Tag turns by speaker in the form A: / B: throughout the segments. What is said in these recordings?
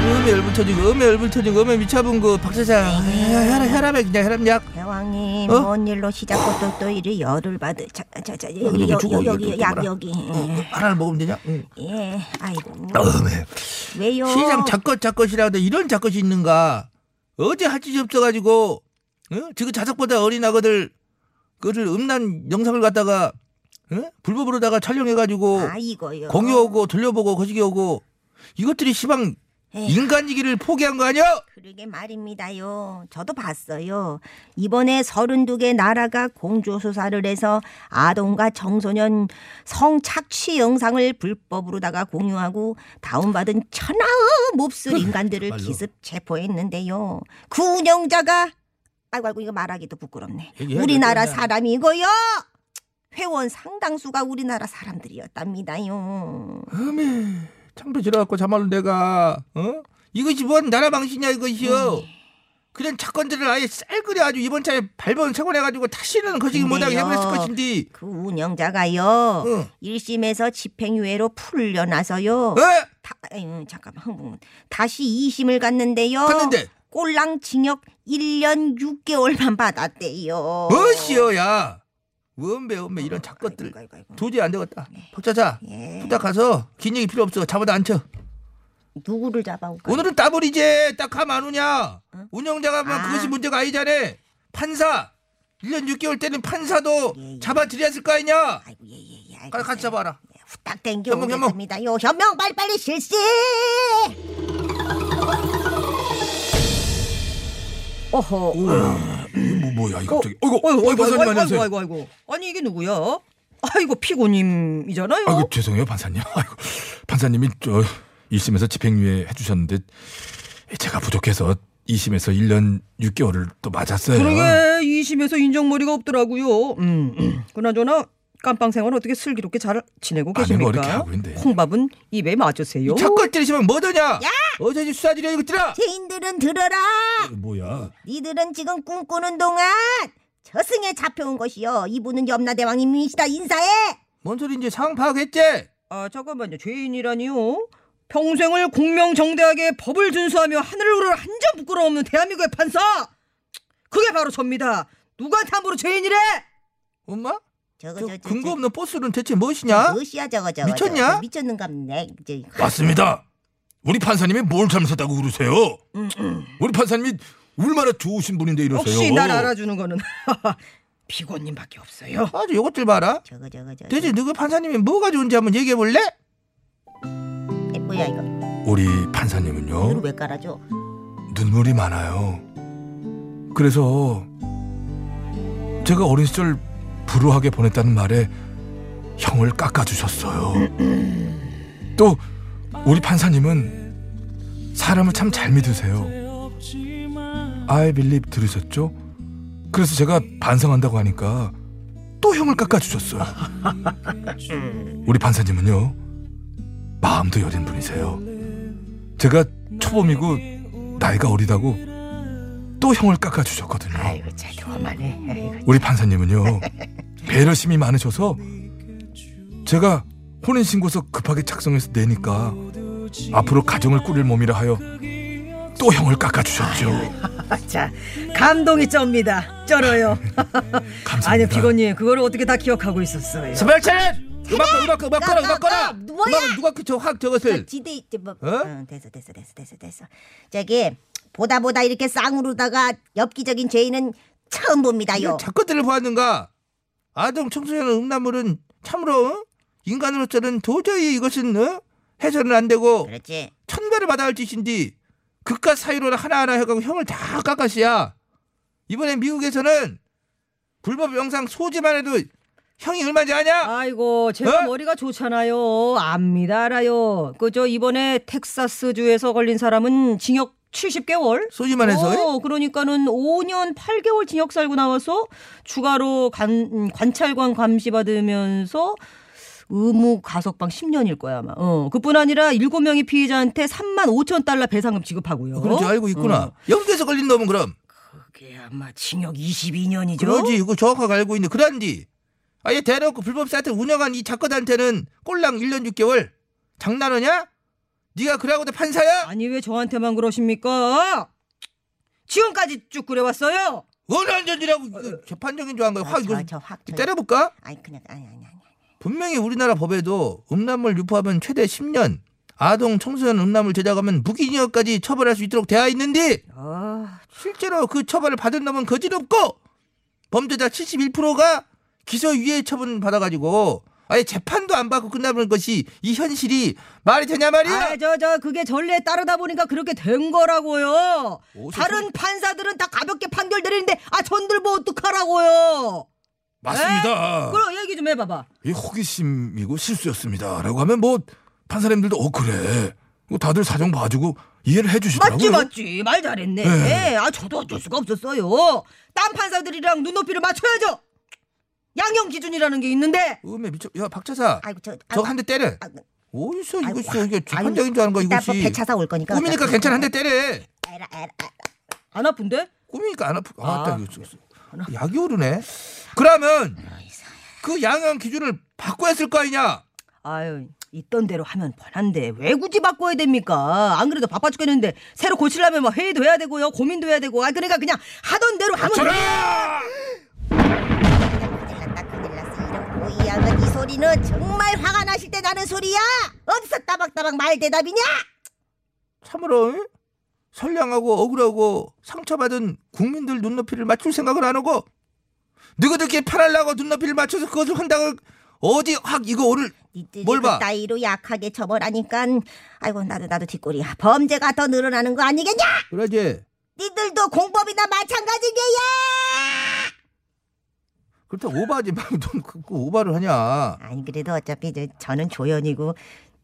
A: 음에 열불 터지고 음에 열불 터지고 음에 미쳐본 그 박사장 혈압 혈압에 그냥 혈압약
B: 대왕님
A: 어?
B: 뭔 일로 시작부터 또 이리 열을 받을 자자자
A: 여기
B: 여기 여-
A: 죽어, 어, 이거
B: 여기
A: 또
B: 여기 약
A: 봐라.
B: 여기
A: 하나를 먹으면 되냐? 응.
B: 예 아이고
A: 어, 음에
B: 왜요
A: 시장 잡것 잡것이라 하는데 이런 잡것이 있는가? 어제 하지 없어가지고 응? 지금 자석보다 어린 아가들 그를 음란 영상을 갖다가 응? 불법으로다가 촬영해가지고
B: 아이고요
A: 공유하고 돌려보고 거시기 오고 이것들이 시방
B: 에휴.
A: 인간이기를 포기한 거 아니야?
B: 그러게 말입니다요. 저도 봤어요. 이번에 32개 나라가 공조수사를 해서 아동과 청소년 성착취 영상을 불법으로다가 공유하고 다운받은 천하의 몹쓸 인간들을
A: 정말로.
B: 기습 체포했는데요. 그 운영자가 아이고 아이고 이거 말하기도 부끄럽네.
A: 얘기해야
B: 우리나라
A: 되겠네.
B: 사람이고요. 회원 상당수가 우리나라 사람들이었답니다요.
A: 음에 창피 지나갖고 자말로 내가 어 이것이 뭔 나라 방식이냐
B: 음,
A: 이것이요.
B: 예.
A: 그런 사건들을 아예 쌀그려 아주 이번 차에 발본 세곤해가지고 다시는
B: 음,
A: 거시기 못하게
B: 근데요.
A: 해버렸을 것인데.
B: 그 운영자가요.
A: 응.
B: 1심에서 집행유예로 풀려나서요.
A: 어. 어?
B: 다, 아유, 잠깐만 흥분. 다시 2심을 갔는데요.
A: 갔는데?
B: 꼴랑 징역 1년 6개월만 받았대요.
A: 어시여야. 원배 원배 이런
B: 아이고,
A: 작것들
B: 아이고, 아이고.
A: 도저히 안 되겠다. 박자자
B: 어, 예.
A: 후딱 가서 긴 얘기 필요 없어. 잡아다 앉혀.
B: 누구를 잡아올까?
A: 오늘은 따버리지. 딱 하면 안 오냐.
B: 응?
A: 운영자가 막
B: 아.
A: 그것이 문제가 아니잖아. 판사. 1년 6개월 때는 판사도
B: 예, 예.
A: 잡아들였을 거 아니냐.
B: 아이고 예예예.
A: 가- 같이 잡아라.
B: 후딱 땡겨
A: 현명, 현명.
B: 오겠습니다요. 현명 빨리빨리 실시. 오호.
C: 뭐, 뭐야 이거 갑자기 어이구
D: 어이구,
C: 어이
D: 어이구,
C: 판사님
D: 아이고,
C: 안녕하세요
D: 아이고, 아이고, 아이고. 아니 이게 누구야? 아이고 피고님이잖아요.
C: 아이고 어, 죄송해요 판사님 아이고 판사님이 저 1심에서 집행유예 해주셨는데 제가 부족해서 2심에서 1년 6개월을 또 맞았어요 네.
D: 그러게 이심에서 인정머리가 없더라고요. 음, 음. 그나저나 깜빵 생활 어떻게 슬기롭게 잘 지내고
C: 아니, 뭐 이렇게
D: 계십니까?
C: 하고 있는데.
D: 콩밥은 입에 맞으세요.
A: 작것들이 시방 뭐더냐. 어제지 수사지려 이것들아.
B: 죄인들은 들어라.
C: 뭐야
B: 니들은 지금 꿈꾸는 동안 저승에 잡혀온 것이요. 이분은 염라대왕님이시다 인사해.
A: 뭔 소리인지 상황 파악했지?
D: 아 잠깐만요. 죄인이라니요? 평생을 공명정대하게 법을 준수하며 하늘을 우러러 한 점 부끄러움 없는 대한민국의 판사. 그게 바로 접니다. 누구한테 함부로 죄인이래?
A: 엄마?
B: 저거
A: 저
B: 저저
A: 근거 없는 버스는 대체 무엇이냐?
B: 무엇이야 저거 저거
A: 미쳤냐?
B: 저거. 미쳤는가 보네 이제
C: 맞습니다 우리 판사님이 뭘 잘못했다고 그러세요
A: 음,
C: 우리 판사님이 얼마나 좋으신 분인데 이러세요
D: 역시 날 알아주는 거는 피고님밖에 없어요.
A: 아주 요것들 봐라.
B: 저거 저거 저거
A: 대체 누구 판사님이 뭐가 좋은지 한번 얘기해 볼래?
B: 에, 뭐야 이거
C: 우리
B: 이걸
C: 판사님은요
B: 왜 깔아줘
C: 눈물이 많아요 그래서 제가 어린 시절 불우하게 보냈다는 말에 형을 깎아주셨어요 또 우리 판사님은 사람을 참 잘 믿으세요 I believe 들으셨죠? 그래서 제가 반성한다고 하니까 또 형을 깎아주셨어요. 우리 판사님은요 마음도 여린 분이세요. 제가 초범이고 나이가 어리다고 또 형을 깎아주셨거든요.
D: 아이고 참 그만해. 아이고.
C: 우리 판사님은요 배려심이 많으셔서 제가 혼인신고서 급하게 작성해서 내니까 앞으로 가정을 꾸릴 몸이라 하여 또 형을 깎아주셨죠
D: 자 감동이 쩝니다. 쩔어요.
C: 감사합니다
D: 아니 비건님 그거를 어떻게 다 기억하고 있었어요?
A: 스발 차렷! 음악 꺼, 음악 꺼, 음악 꺼라, 음악 꺼라!
B: 뭐야?
A: 음악을 누가 그저확 저것을
B: 지대 이제 뭐
A: 어?
B: 어, 됐어 됐어 됐어 됐어 됐어 저기 보다 보다 이렇게 쌍으로다가 엽기적인 죄인은 처음 봅니다요.
A: 작것들을 보았는가? 아동 청소년 음란물은 참으로 어? 인간으로서는 도저히 이것은 어? 해서는 안 되고
B: 그렇지.
A: 천배를 받아야 할 짓인데 극과 사이로 하나하나 해가고 형을 다 깎았어야 이번에 미국에서는 불법 영상 소지만 해도 형이 얼마인지 아냐?
D: 아이고 제가
A: 어?
D: 머리가 좋잖아요. 압니다 알아요. 그저 이번에 텍사스 주에서 걸린 사람은 징역 70개월.
A: 소지만 해서
D: 어, 그러니까는 5년 8개월 징역 살고 나와서 추가로 관, 음, 관찰관 감시 받으면서 의무 가석방 10년일 거야 아마. 어, 그뿐 아니라 7명의 피해자한테 3만 5천 달러 배상금 지급하고요.
A: 그런 줄 알고 있구나.
D: 어,
A: 영국에서 걸린 놈은 그럼
D: 그게 아마 징역 22년이죠.
A: 그러지 이거 정확하게 알고 있는데 그런지 아예 대놓고 불법 사이트 운영한 이 작가한테는 꼴랑 1년 6개월 장난하냐? 네가 그러고도 판사야?
D: 아니 왜 저한테만 그러십니까? 지금까지 쭉 그래왔어요.
A: 어느 아, 한 전이라고 이거 재판적인 줄 한 거야? 확 이거
B: 아, 저확
A: 때려볼까?
B: 아니 그냥 아니 아니 아니.
A: 분명히 우리나라 법에도 음란물 유포하면 최대 10년, 아동 청소년 음란물 제작하면 무기징역까지 처벌할 수 있도록 되어 있는데
D: 아,
A: 실제로 그 처벌을 받은 놈은 거지롭고 범죄자 71%가 기소유예 처분 받아가지고 아예 재판도 안 받고 끝나버린 것이 이 현실이 말이 되냐 말이야.
D: 아, 저 저 그게 전례에 따르다 보니까 그렇게 된 거라고요.
A: 오, 저
D: 다른 판사들은 다 가볍게 판결 내리는데 아 전들 뭐 어떡하라고요.
C: 맞습니다
D: 아, 그럼 얘기 좀 해봐봐.
C: 이 호기심이고 실수였습니다 라고 하면 뭐 판사님들도 어 그래 이거 다들 사정 봐주고 이해를 해주시더라고요
D: 맞지 맞지 말 잘했네.
C: 네.
D: 아 저도 어쩔 수가 없었어요. 딴 판사들이랑 눈높이를 맞춰야죠. 양형 기준이라는 게 있는데
A: 음에 미쳐. 야 박차사,
B: 아이고 저
A: 저거 한 대 때려.
B: 아이고. 네.
A: 어디서
B: 아이고,
A: 이거 써 이게
B: 아이고,
A: 재판적인 줄 아는 거
B: 이따
A: 이것이.
B: 뭐 배차사 올 거니까.
A: 꿈이니까
B: 어차피.
A: 괜찮아 한 대 때려.
B: 에라, 에라, 에라.
D: 안 아픈데?
A: 꿈이니까 안 아프. 아,
D: 아.
A: 맞다.
B: 네.
A: 이거 저- 저- 약이 오르네. 그러면
B: 아,
A: 그 양형 기준을 바꿔야 했을 거 아니냐?
D: 아유 있던 대로 하면 뻔한데 왜 굳이 바꿔야 됩니까? 안 그래도 바빠 죽겠는데 새로 고치려면 뭐 회의도 해야 되고요 고민도 해야 되고 아 그러니까 그냥 하던 대로 하면
B: 큰일 났다 큰일 났어 이런 고이양은 이 소리는 정말 화가 나실 때 나는 소리야 어디서 따박따박 말 대답이냐
A: 참으로 응? 선량하고 억울하고 상처받은 국민들 눈높이를 맞출 생각을 안 하고 누구들께 편하려고 눈높이를 맞춰서 그것을 한다고 어디 확 이거 오를
B: 니들이
A: 뭘 봐?
B: 그 따위로 약하게 처벌하니까 아이고 나도 나도 뒷골이야 범죄가 더 늘어나는 거 아니겠냐
A: 그러지
B: 니들도 공범이나 마찬가지게야
A: 그렇다고 오바하지 말고 넌 그- 그 오바를 하냐
B: 아니 그래도 어차피 저, 저는 조연이고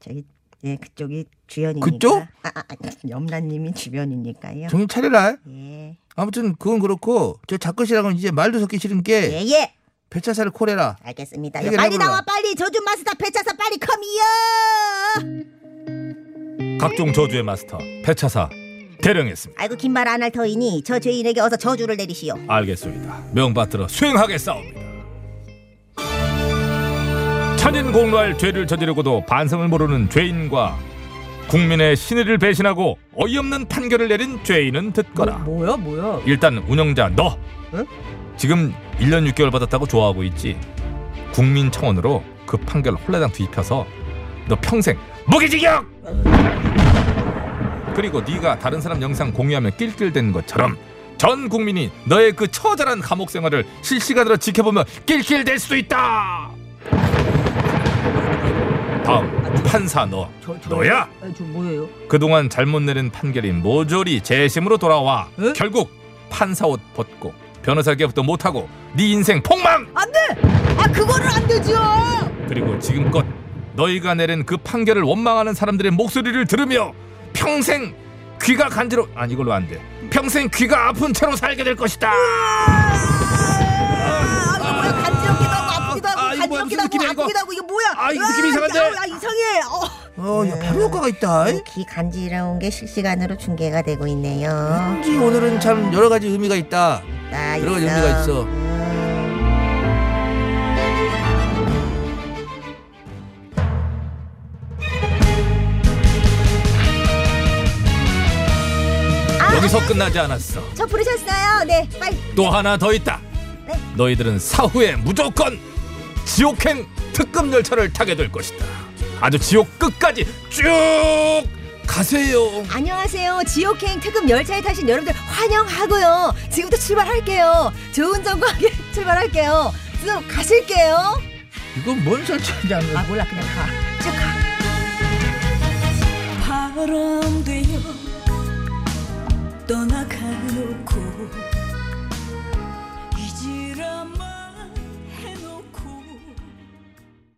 B: 저기 예 그쪽이 주연이니까
A: 그쪽?
B: 아, 아, 아, 염라님이 주변이니까요
A: 정신 차려라
B: 예
A: 아무튼 그건 그렇고 저 작것이랑은 이제 말도 섞기 싫은 게
B: 예, 예.
A: 배차사를 콜해라
B: 알겠습니다.
A: 해결해
B: 빨리
A: 볼라.
B: 나와 빨리 저좀 마스터 배차사 빨리 컴이요.
E: 각종 저주의 마스터 폐차사 대령했습니다.
B: 아이고 긴 말 안 할 터이니 저 죄인에게 어서 저주를 내리시오.
E: 알겠습니다. 명받들어 수행하겠사옵니다. 천인 공로할 죄를 저지르고도 반성을 모르는 죄인과 국민의 신의를 배신하고 어이없는 판결을 내린 죄인은 듣거라.
D: 어, 뭐야 뭐야
E: 일단 운영자 너
D: 응?
E: 지금 1년 6개월 받았다고 좋아하고 있지 국민 청원으로 그 판결 홀라당 뒤집혀서 너 평생 무기징역 그리고 네가 다른 사람 영상 공유하면 낄낄대는 것처럼 전 국민이 너의 그 처절한 감옥 생활을 실시간으로 지켜보면 낄낄댈 수도 있다 다음 판사 너
D: 저, 저,
E: 너야
D: 아, 저 뭐예요?
E: 그동안 잘못 내린 판결이 모조리 재심으로 돌아와
D: 에?
E: 결국 판사 옷 벗고 변호사 기업도 못하고 네 인생 폭망
D: 안돼 아 그거는 안 되죠
E: 그리고 지금껏 너희가 내린 그 판결을 원망하는 사람들의 목소리를 들으며 평생 아, 귀가 간지러 아니 이걸로 안돼 평생 귀가 아픈 채로 살게 될 것이다.
A: 아, 이 느낌 이상한데?
B: 아, 이상해. 어.
A: 어, 야, 바로 효과가 있다. 이.
B: 귀 간지러운 게 실시간으로 중계가 되고 있네요.
A: 왠지 오늘은 참 여러 가지 의미가 있다.
B: 나
A: 여러 가지 의미가 있어.
E: 여기서 끝나지 않았어.
B: 저 부르셨어요. 네, 빨리.
E: 또 하나 더 있다.
B: 네.
E: 너희들은 사후에 무조건 지옥행 특급 열차를 타게 될 것이다. 아주 지옥 끝까지 쭉 가세요.
B: 안녕하세요. 지옥행 특급 열차에 타신 여러분들 환영하고요. 지금부터 출발할게요. 좋은 정보 함께 출발할게요. 지금 가실게요.
A: 이건 뭔 설치인지 안
B: 아
A: 나.
B: 몰라 그냥 가. 쭉 가.
F: 바람되어 떠나가놓고